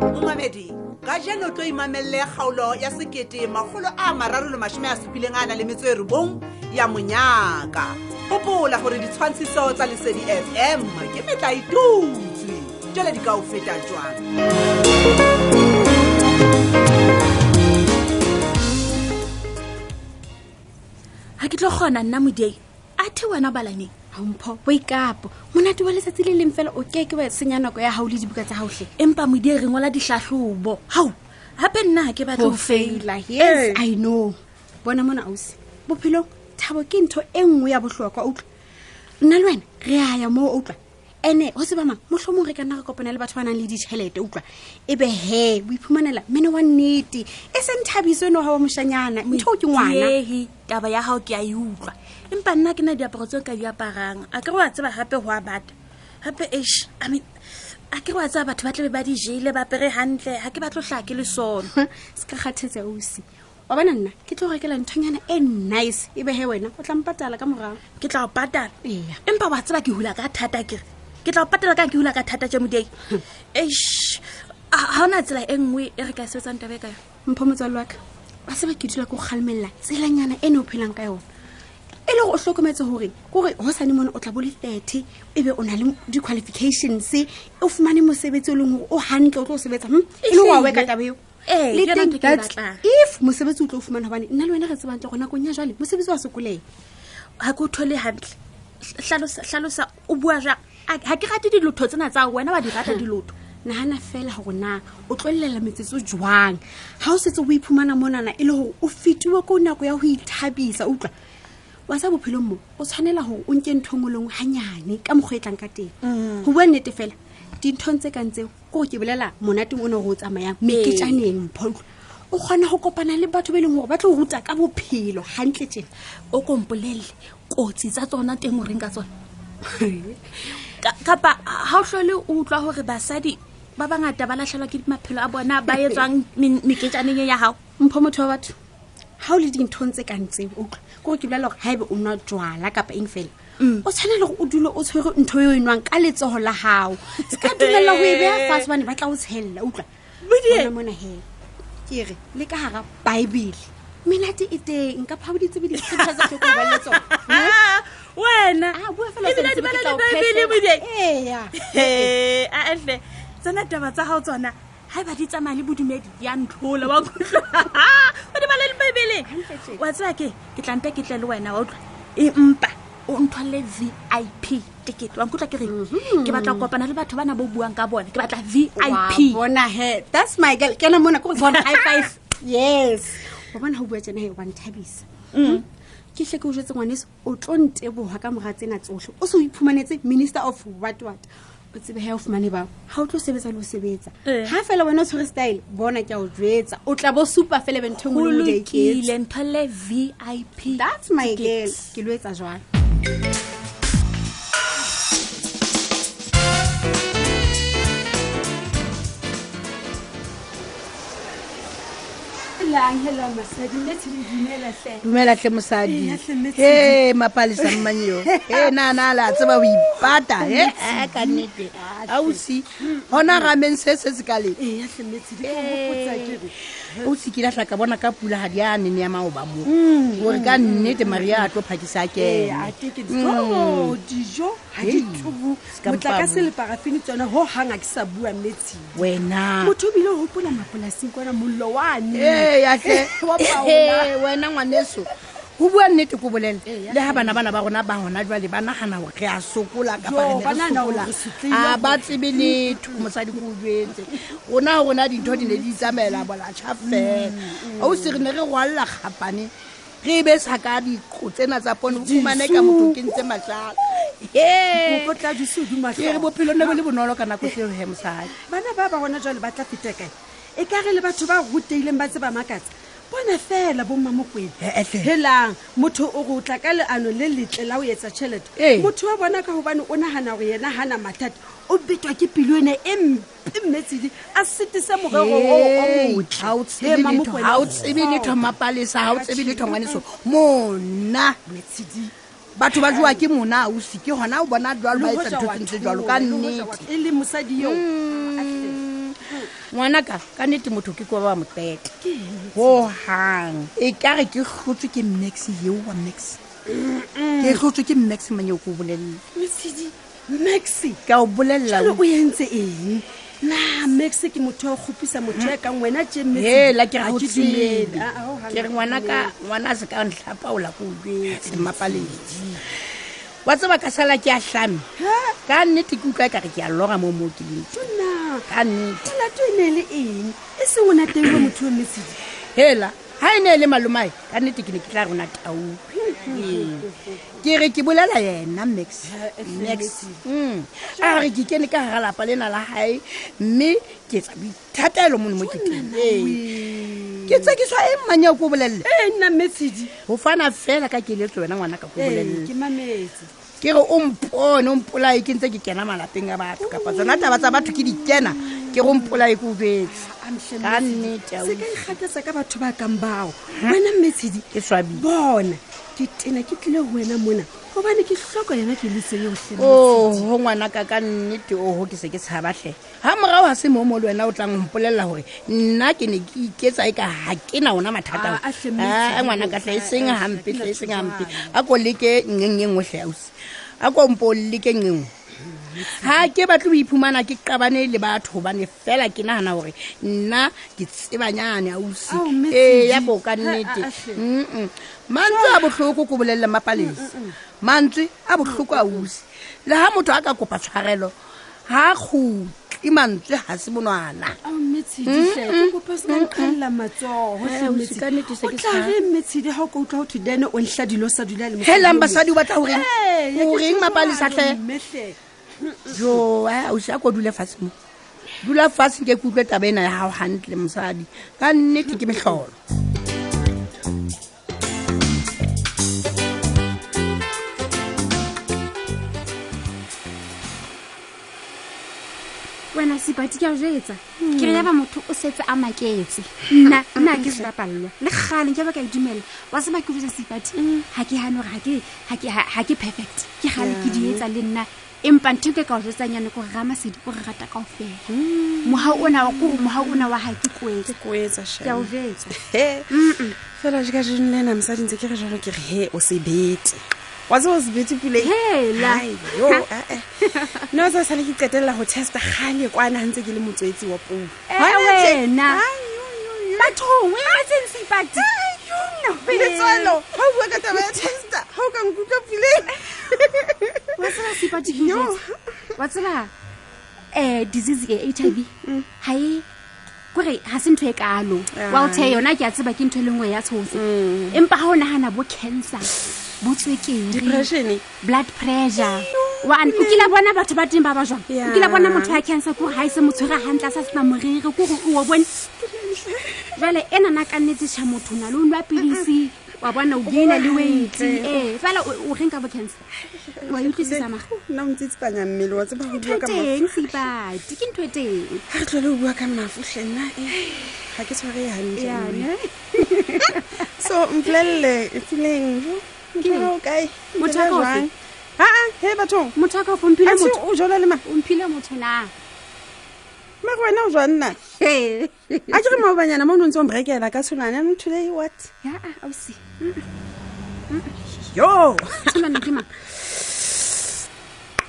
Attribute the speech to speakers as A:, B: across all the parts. A: matlhamedi ka jeno tlo imamelle kgaolo ya sekete magolo a mararo le mašome a supileng a na le metso e robong ya monyaka gopola gore ditshwantshiso tsa lesedi fm ke metla itutswe tjele di ka o feta jwang
B: ga ke tlo kgona nna modiai a the wena balaneng gampho boikapo monate wa letsatsi le leng fela o ke ke wa senya nako ya gao le dibuka tsa gautlhe empa modie re ngwala ditlhatlhobo gao gape nna ga ke batla ho
C: faila
B: Eh.
C: yes i know bona mona ausi bophelong thabo ke ntho e nngwe ya botlhokwa a utlwa nna le wena re aya moo a utlwa ene go se bamang motlhomong re ka nna re kopana le batho ba nang le ditšhelete utlwa e be he o iphumanela mmene wa nnete e seng thabiso eno ga wa mošanyana ntho o ke ngwana
B: Modiehi, taba ya gago ke a e utlwa empa nna ke na diaparo tseo ka di aparang a ke re wa tseba gape go a bata gape ash i mean a ke re wa tseba batho ba tlabe ba di jele ba apere gantle ga ke batlo tlhaa ke le sono
C: se ka kgathetse ausi wa bona nna ke tlo go rekela nthonyana e nice e be he wena o tla mpatala ka morago
B: ke tla o patala
C: Eya.
B: empa wa tseba ke hula ka thata kere ke tla o patala ka ke hula ka thata ja modie ash ga ona tsela e nngwe e re ka e sebetsang tabe ka yone
C: mpho motswalle wa ka ba seba ke dula ko kgalemelela tselanyana e ne o phelang ka yona e le gore o tlhokometse gore kore go sane mone o tla bo le thirty ebe o na le di-qualifications o fumane mosebetsi o leng gore o gantle o tlo o sebetsa hm? e le gore wa ka
B: Ehlile.
C: taba eo
B: Ee,
C: Le
B: ke yona
C: teng
B: ntho e ke e
C: that's
B: batlang.
C: if mosebetsi o tlo o fumana gobane nna le wena re tsebang tla gore nakong ya jale mosebetsi wa sokolega
B: ga ke o thole gantle tlhalosa o bua jang ga ke rate dilotho tsena tsa wena wa di rata dilotho
C: nagana fela gore na o tlo lelela metsetso jwang ga o setse o iphumana monana e le gore o fetiwe ko nako ya go ithabisa utlwa wa sa bophelong mo o tshwanela gore o nke ntho e ngwe lengwe ganyane ka mokgwa e tlang ka teng go bua nnete fela dinthong tse kang tseo kore ke bolela monateng o ne gore o tsamayang meketsaneng mpho utlwa. o kgona go kopana le batho ba e leng gore ba tlo go ruta ka bophelo gantle tjena
B: o kompolelele kotsi tsa tsona teng o reng ka tsona Ka- kapa ga o tlhole o utlwa gore basadi ba bangata ba latlhelwa ke maphelo a bona ba etswang meketsaneng e ya gago
C: mpho motho wa batho ga o le dinthong tse ka ntseng utlwa kore ke bolela gore ga ebe o nwa jwala kapa eng fela
B: Mm.
C: o tshwanele gore o dule o tshwere ntho yo e nwang ka letsogo la gago se ka dumelela go e beya fase bane ba tla o tshelela utlwa Bona mona he ke re le ka gara baebele menate e teng nka phabo ditsebe di-scripture tsa keko bale tsona
B: Ah, wena
C: a bua fela
B: Ebile di
C: o sa ntsebe, ke
B: ba le
C: tla o
B: Bible,
C: phehlela.
B: Modie.
C: Eya.
B: He, aefe tsena taba tsa gago tsona ga e ba di tsamaya le bodumedi ya ntlhola wa kutlwa o di bala le bebeleng
C: Hantle tje.
B: wa tseba ke ke tlampe ke tle le wena wa utlwa empa o nthole vip ticket wa nkutlwa ke reng ke batla ho kopana le batho bana bo buang ka bona ke batla vip
C: bona he that's my girl kena mona ko bona high five yes wa bona ho bua tsena he wa nthabisa Hmm? ke hle ke o jetse ngwaneso o tlo nteboga ka mora tsena tsohle o se o iphumanetse minister of what what o tsebe he o fumane bao ha o tlo sebetsa le ho sebetsa
B: Eh.
C: ha fela wena o tshwere style bona ke a o jwetsa o tla bo supa fela be ntho e nngwe le nngwe o tla e
B: golokile
C: ketsa.
B: nthole vip
C: that's my girl
B: tickets.
C: ke lo etsa jwang
D: dumela tle mosadi e mapalesa mmanyeo e naana le a tseba ho ipata e ka nnete ausi gona rameng se se se ka leng ausi ke latlha ka bona ka pula ga di a nene ya maoba moo gore ka nnete maria a tlo phakisa
E: Eh,
D: kena
C: Mm.
E: Oh, dijo ga di
D: Hei,
E: tubu
D: ska mpa
E: motlakase
D: mo.
E: le parafini tsona go hanga ke sa bua metsing
D: wena
E: motho o bile o gopola mapolasing kwana mollo
C: Eh.
E: wane
D: ee yatle
E: Eh, Wa paola.
D: Ee, Eh, wena ngwaneso go bua nnete ko bolele
E: Eh,
D: le ga bana bana ba rona ba gona jwale ba nagana gore re a sokola kapa
E: Jo,
D: re ne
E: ba
D: re
E: nahana hore
D: sokola.
E: re sotlehile
D: ha ba tsebe letho mosadi ko o jetse rona ho rona dintho di ne di itsamaela bolatšha fela
E: Mm,
D: ausi re ne re rwalela kgapane re be sa ka diko tsena tsa pone o fumane ka motho o kentse matlala ee
E: kopotla dise
D: ke re
E: odumatlho
D: bophelo ne bo le bonolo ka nako tseo he mosadi
E: bana ba ba gona jale ba tla fete kae e ka re le batho ba ruteileng ba tseba makatsa bona fela bomma mokwedi
D: Eh, eh, hle.
E: helang motho o re o tla ka leano le letle la go etsa tšhelete
D: Ee.
E: motho wa bona ka gobane o nagana go yena gana mathata o betwa ke piloene e mpe mmetsedi a setese morego o Eh,
D: Eh, ha o tsebe letho- ha o tsebe letho mapalesa ha o tsebe letho ngwaneso mona
E: metshedi
D: batho ba jowa ke mona ausi ke gona o bona jalo ba etsa
E: Le hoja
D: ntho
E: wa E
D: tse ntle
E: thula,
D: jalo ka
E: le hoja wa
D: nnete
E: thula. e le mosadi eo
D: ngwanaka ka nnete motho ke kwa ba motete gogang e ka re ke tlhotswe ke max yeo wa max ke tlhotswe ke max manye ko o bolelele
E: mesedi max
D: ka o bolelela
E: jalo o entse eng na max ke motho wa go kgopisa motho ya kang wena je
D: hela ke re ho tsebe.
E: Ah,
D: ke re ngwanaka ngwana a se ka ntlhapaola ko ojetse mmapaledi wa tseba ka sala ke a tlame ka nnete ke utlwa e kare ke a lora mo moo ke leng teng.
E: na
D: ka nnete
E: olato e ne le eng e seng o nateng wa motho wa mesedi
D: hela ha e ne e le malomae ka nnete ke ne ke tla rona tau Ee. ke re ke bolela yena max
E: e
D: max Mm. a re ke kene ka gara lapa lena la hae mme ke etsa boithatelo mone mo ke teng Ee. ke tsekiswa e mmanyeo ko bolelele
E: ee Eh, nna mesedi
D: go fana fela ka keletso wena ngwana ka ko
E: ee
D: bolelele
E: ke mametse
D: ke re o mpone o mpolae ke ntse ke kena malapeng a batho kapa tsona taba tsa batho ke di kena ke go mpolae ke ubetse
E: Amhle
D: ka
E: Metsidi,
D: nnete
E: se ka ikgathatsa ka batho ba kang bao wena metsedi
D: ke swabile
E: bona ke tena ke tlile ho wena mona gobane ke tlhoka yona ke letse yotlhe
D: oho Oh, ngwanaka ka nnete oho ke se ke tshabatlhe ga morago ga se momo le wena o tlang mpolelela gore nna ke ne ke iketsa e ka ga ke na ona mathata
E: Ah, ahle, Metsidi,
D: Ah, ngwanaka tlha e seng
E: ah,
D: gampe
E: ke
D: tlha e seng
E: la
D: gampe
E: tshwana.
D: a ko leke nngeng e nngwe tlheausi a ko mpo o leke nngwe nngwe ga ke batle go iphumana ke qabane le batho gobane fela ke nagana gore nna ke tsebanyane ausi
E: Ao, Metsidi.
D: ee ya ko ka
E: Oh, Ha, a,
D: nnete
E: ahle.
D: Mm-mm. mantswe a botlhoko ko bolelele mapalesi mantswe a botlhoko a usi le ga motho a ka kopa tshwarelo ga kgotle mantswe ga se monwana
E: ao metsheditle ke kopa se ka nkgalela matsogo
D: Eh, ausi, ka nnete se ke sa-
E: tlare metshedi ga o ka utlwa go thwe dane o ntlha dilo sa dula le
D: helang basadi o batla goreng
E: Ee, ya ke
D: goreng mapalesa tlhe
E: mmehle.
D: jo ausi a ko dule fatshe mo dula fatshe ke ke utlwe taba ena ya gago gantle mosadi ka nnete ke metlholo
C: wena sebati ke a jetsa
E: Hmm.
C: ke re yaba motho o setse a maketse nna nna ha ke se bapallwa le gale ke ba ka e dumela wa seba ke botsa sebati ga ke gane gore ga ke perfect ke gale
E: Hmm.
C: ke di etsa le nna empa ntho e ke ka o jetsang yane kore ramasedi o re rata kao fela
E: Hmm.
C: moga ona kore moga ona wa ga ke koetse
E: ko etsa
C: ke a o jetsa
E: fela jeka jeno le ena mosadi ntse ke re jalo ke re he o se bete wa tseo se bete pule
C: hela
E: nna o tsa sale ke qetelela go testa gale kwana ntse ke le motswetsi wa pou
C: Eh, wena bathong o ematseng sebati
E: letswalo ga o bua ka taba ya testa ga o ka nkutlwa puleng
C: wa tseba sepati ke ujetse wa tseba um disease e h i v ga e kore ga se ntho e kalo walte yona ke a tseba ke ntho e le nngwe ya tshotse empa ga o nagana bo cancer bo tswekere
E: depressione
C: blood pressure Wan- o kile bona batho ba teng ba ba jwang o kile bona motho ya cancer kore ga e se motshwere gantle a sa sena moriri kore o bone jale e nana ka nnetsetšha motho o na le o nwa pilisi wa bona o gaina le weight ee fela o o reng ka bo cancer wa e utlwisisa maga
E: nna o ntse tsepanya mmele wa tseba go
C: ntho
E: bua
C: e
E: ka mafu
C: teng sebati ke ntho e teng
E: ga re tlole go bua ka mafutlhe nna e, ga ke tshware hantle
C: Yana.
E: so mpolelele epileng
C: Keng?
E: motho o kae
C: Motho wa ka o fe?
E: aa he bathong
C: motho wa ka fo mphile
E: Atjhe,
C: motho
E: o jalo le ma
C: o mphile motho na
E: mare wena o jwa nna
C: He.
E: a ke re maobanyana mo o ne o ntse o mrekela ka tsholwane anong today what
C: Ya, ah, ausi
E: yo
C: tholwane ke mang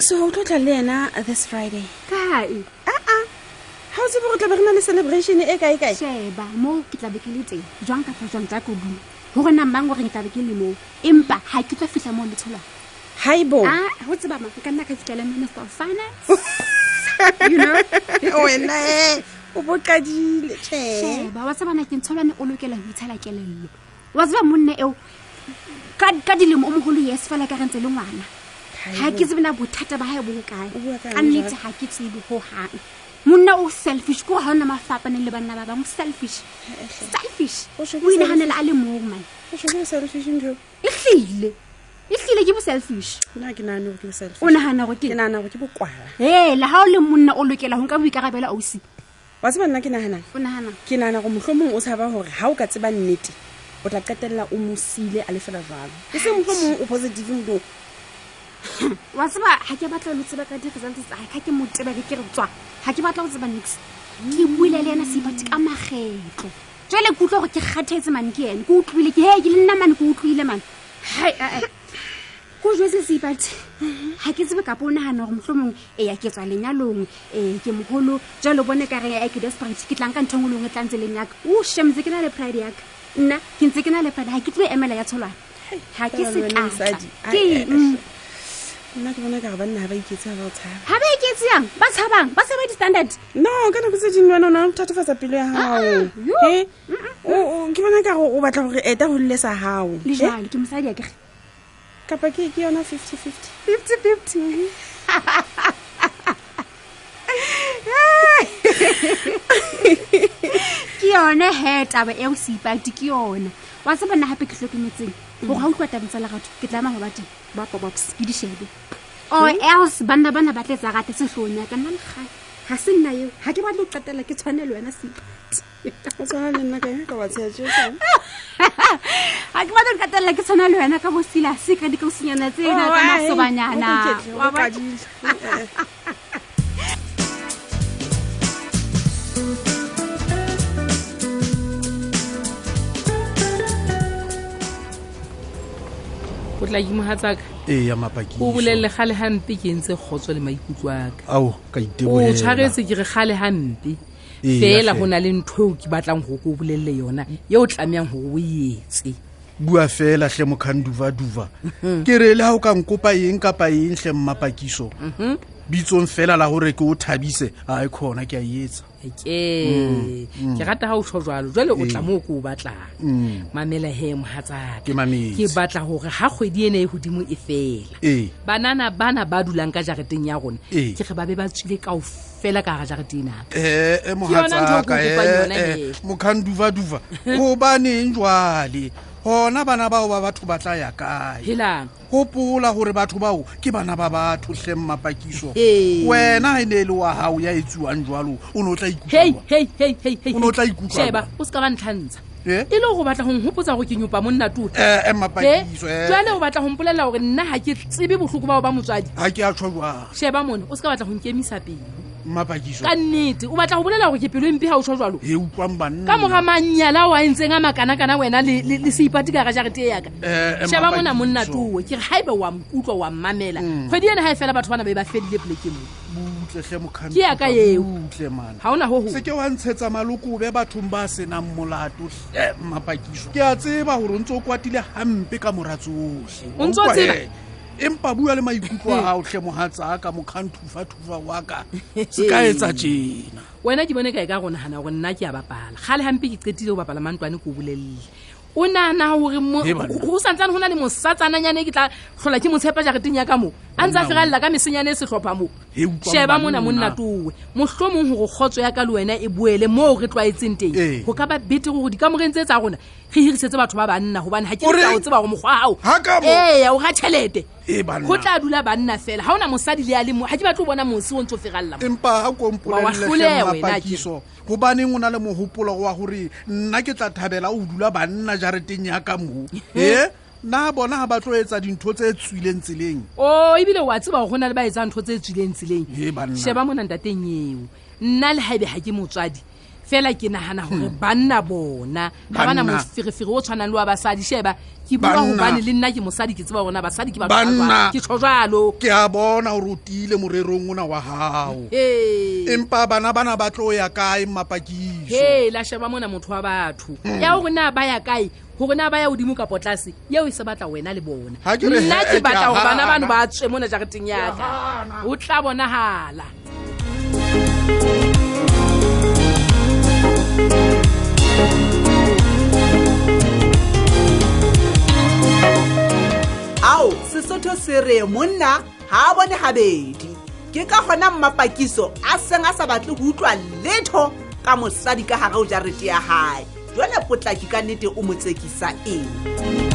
E: so o tlo tla le ena this friday
C: kae
E: aa ga o tsebe go tlabe re na le celebration e kae kae
C: sheba moo ke tlabe ke le teng jwang kapa jwang tsa kodumo gore na mang gore ke tlabe ke le moo empa ga ke tlo fitlha moo letsholwane
E: hibo
C: a go tseba mang nka nna ka fitlhela minister of finance you know
E: wena e o boqadile Ah, tjhe.
C: sheba wa tsebana ke ntsholwane o lokela ho itshela kelello wa tseba monne eo ka ka dilemo o mogolo yes fela ka re ntse le ngwana ga ke tsebe na bothata ba gae bo hokae
E: bua ka
C: ka nnete ga ke tsebe gogang monna o selfish ko ga ona mafapaneng le banna ba bangwe selfish selfish
E: O
C: o
E: shebe
C: inaganela a le mong mane
E: o shobile celebration ntho
C: e tlile e tlile ke bo selfish
E: nna ha ke nagane gore ke boself
C: o nagana gore
E: ke
C: ke
E: nagana gore ke bokwala
C: hela ga o le monna o lokela go nka boikarabelo ausi
E: wa tseba nna ke naganang
C: o nagana
E: ke nagana gore motlho mongwe o tshaba gore ga o ka tseba nnete o tla qetelela o mosile a lefela jalo e se motlho mongwe o positive modong
C: wa tseba ga ke batla le tseba ka di-results tsa ga ke motebake ke re tswa ga ke batla go tseba nix ke buile le ena seipati ka magetlo jale ke utlwa gore ke kgathetse mane ke ene ke utlwile ke he ke le nna mane ke utlwile mane hai ae ko jwetse seipati ga ke tsebe kapo o nagana gore motlho mongwe ee ke tswa lenyalong ee ke mogolo jalo bone ka reng ke desperate ke tlang ka ntho ngwe lengwe tla e ntse leng yaka o shemtse ke na le pride yaka nna ke ntse ke na le pride ga ke tlo e emela ya tsholwane ga ke se
E: Wena
C: tlatla
E: mosadi, ai,
C: ke
E: ai, ai.
C: eng
E: nna ke bona ka ga banna ga ba iketse ga ba o tshaba
C: ga ba iketse e yang ba tshabang ba tshabe di-standard
E: no ka nako tse dingwe wena o na le go thatofatsa pelo ya gago Eh, o- o- ke bona ka go o batla gore eta go lile sa gago
C: le jale ke mosadi ya kege
E: kapa ke ke yona fifty fifty
C: fifty fifty ke yone he taba eo seipati ke yona wa se bona gape ke tlhokometseng
E: Mm.
C: gore ga utlwa tabeng tsa legatho ke tlama go ba teng ba bobox ke dishebe or
E: Eh?
C: else banna bana ba tletsa rate setlhong ya ka nna legae ga se nna eo ga ke batle go qetela ke tshwanelo wena seipati
E: o tshwana le nna ka ka wa tsheatsea
C: ga ke batla nkatelela ke tshwana le wena ka bosila seka dikausinyana tsena
E: Oh,
C: ka masobanyana Wa bona?
F: o tla kimogatsaka
G: ee mapakiso
F: o bolelele gale gampe ke ntse kgotso le maikutlo aka
G: ao ka
F: o
G: itebohela.
F: tshwaretse ke re gale gampe
G: Ee,
F: fela
G: ya
F: go
G: fela.
F: na le ntho eo ke batlang go ko o bolelele yona ye o tlameyang gore o etse
G: bua fela hle mokhanduvaduva
F: Mhm.
G: ke re le ga o ka nkopa eng kapa eng hle mmapakiso
F: Mhm.
G: bitsong fela la gore ke o thabise a e khona ke a etsa Mm,
F: eke ke rata ga o tsho jalo jale o
G: Ee.
F: tla moo ko o batlang
G: Mm.
F: mamela he mogatsaka
G: Ke mametse.
F: ke batla gore ga kgwedi ene e godimo e fela
G: ee
F: banana bana ba dulang ka jareteng ya rona
G: Ee.
F: ke ge ba be ba tswile kao fela ka gara jareteng naka
G: ee
F: yona ntho eo
G: mohatsaka
F: ke o kopang yona
G: ee
F: eo.
G: mokhanduvaduva gobaneng jwale gona bana bao ba batho ba tla ya kae
F: helang
G: gopola gore batho bao ke bana ba batho hle mmapakiso
F: Ee.
G: wena e ne e le wa gago ya etsiwang jalo o ne o
F: hei
G: tla ikutlwa
F: hei hei hei hei
G: O no tla ikutlwa
F: sheba
G: jwang?
F: o se ka ba ntlhantsha
G: Eh?
F: e le go batla go nghopotsa go ke nyopa monna tota
G: ee
F: He?
G: mmapakiso
F: Eh, jwale o batla go mpolelela gore nna ga ke tsebe botlhoko bao ba motswadi
G: ga ke a tshwa jwang
F: sheba mone o se ka batla go nkemisa pelo
G: mmapakiso
F: ka nnete o batla go bolela gore ke pelo empe ga o tsho jwalo
G: e utlwang banna
F: ka moga mannyala wa e ntseng a makanakana wena le- le le seipati ka ga jarete e yaka
G: Eh, eh,
F: sheba mona
G: Mapakiso.
F: monna towe ke re ga ebe wa mkutlwa wa mmamela
G: Mm.
F: kgwedi ene ga e fela batho bana ba e ba fedile poleke moo
G: butle mokhan
F: Ke ya ka eo.
G: butle mana
F: ga ona go go
G: se ke wa ntshetsa maloko o be bathong ba senang molato hle mmapakiso ke a tseba gore o ntse o kwatile hampe ka mora tsohle
F: O ntso
G: Wa utlwa
F: tseba?
G: hee? empa bua le maikutlo a gago hle mogatsaka mokhanthufathufa wa ka se ka etsa tjena
F: wena ke bone kae ka go nagana gore nna ke a bapala ga le gampe ke qetile go bapala mantlwane ko bolelele o nagana gore mo-
G: Hei banna.
F: go santsane go na le mosatsananyane ke tla tlhola ke motshepa jareteng ya ka moo a ntse a fegalela ka mesenyane e setlhopha moo
G: Hei, utlwa
F: sheba
G: monna.
F: mona monna towe motlho mongwe gore kgotso ya ka le wena e boele moo re tlwaetseng
G: Ee.
F: teng go ka ba bete gore dikamoreng tse tsa rona re hirisetse batho ba banna gobane ga ke
G: O re-
F: tla o tseba gore mokgwa gago
G: Ha ka mo?
F: ee o ga tšhelete
G: Hei, banna.
F: go tla dula banna fela ga o na mosadi le a le mo ga ke batle o bona mosi o ntse o fegalela mo.
G: empa ga
F: Wa wa hloleha wena,
G: kompolelelehlemapakiso gobaneng o na le mogopolo wa gore nna ke tla thabela o dula banna jareteng ya ka moo e nna bona ga ba tlo etsa dintho tse tswileng tseleng
F: o ebile wa tseba gore go na le ba etsa ntho tse tswileng tseleng
G: Hee, banna.
F: sheba mona ntateng eo nna le gaebe ga ke motswadi fela ke nagana gore banna bona ga bana
G: Hmm. Banna.
F: moferefere o tshwanang le wa basadi sheba ke bua
G: Banna.
F: gobane le nna ke mosadi ke tseba gorena basadi ke batho ba
G: Banna.
F: jwang. ke tsho jalo
G: ke a bona gore o tiile morerong ona wa gago
F: ee
G: empa bana bana ba tlo ya kae mapakiso
F: hela sheba mona motho wa batho
G: Hmm.
F: ya gore na ba ya kae gore na ba ya godimo kapo tlase yeo e se batla wena le bona
G: Ha ke re
F: nna
G: he,
F: ke
G: ke
F: batla
G: a
F: gore bana bano
G: hana.
F: ba tswe mona jareteng yaka o tla bonagala
A: ao sesotho se re monna ga a bone gabedi ke ka gona mmapakiso a seng a sa batle go utlwa letho ka mosadi ka gare o jarete ya gae jone potlaki ka nnete o motsekisa eng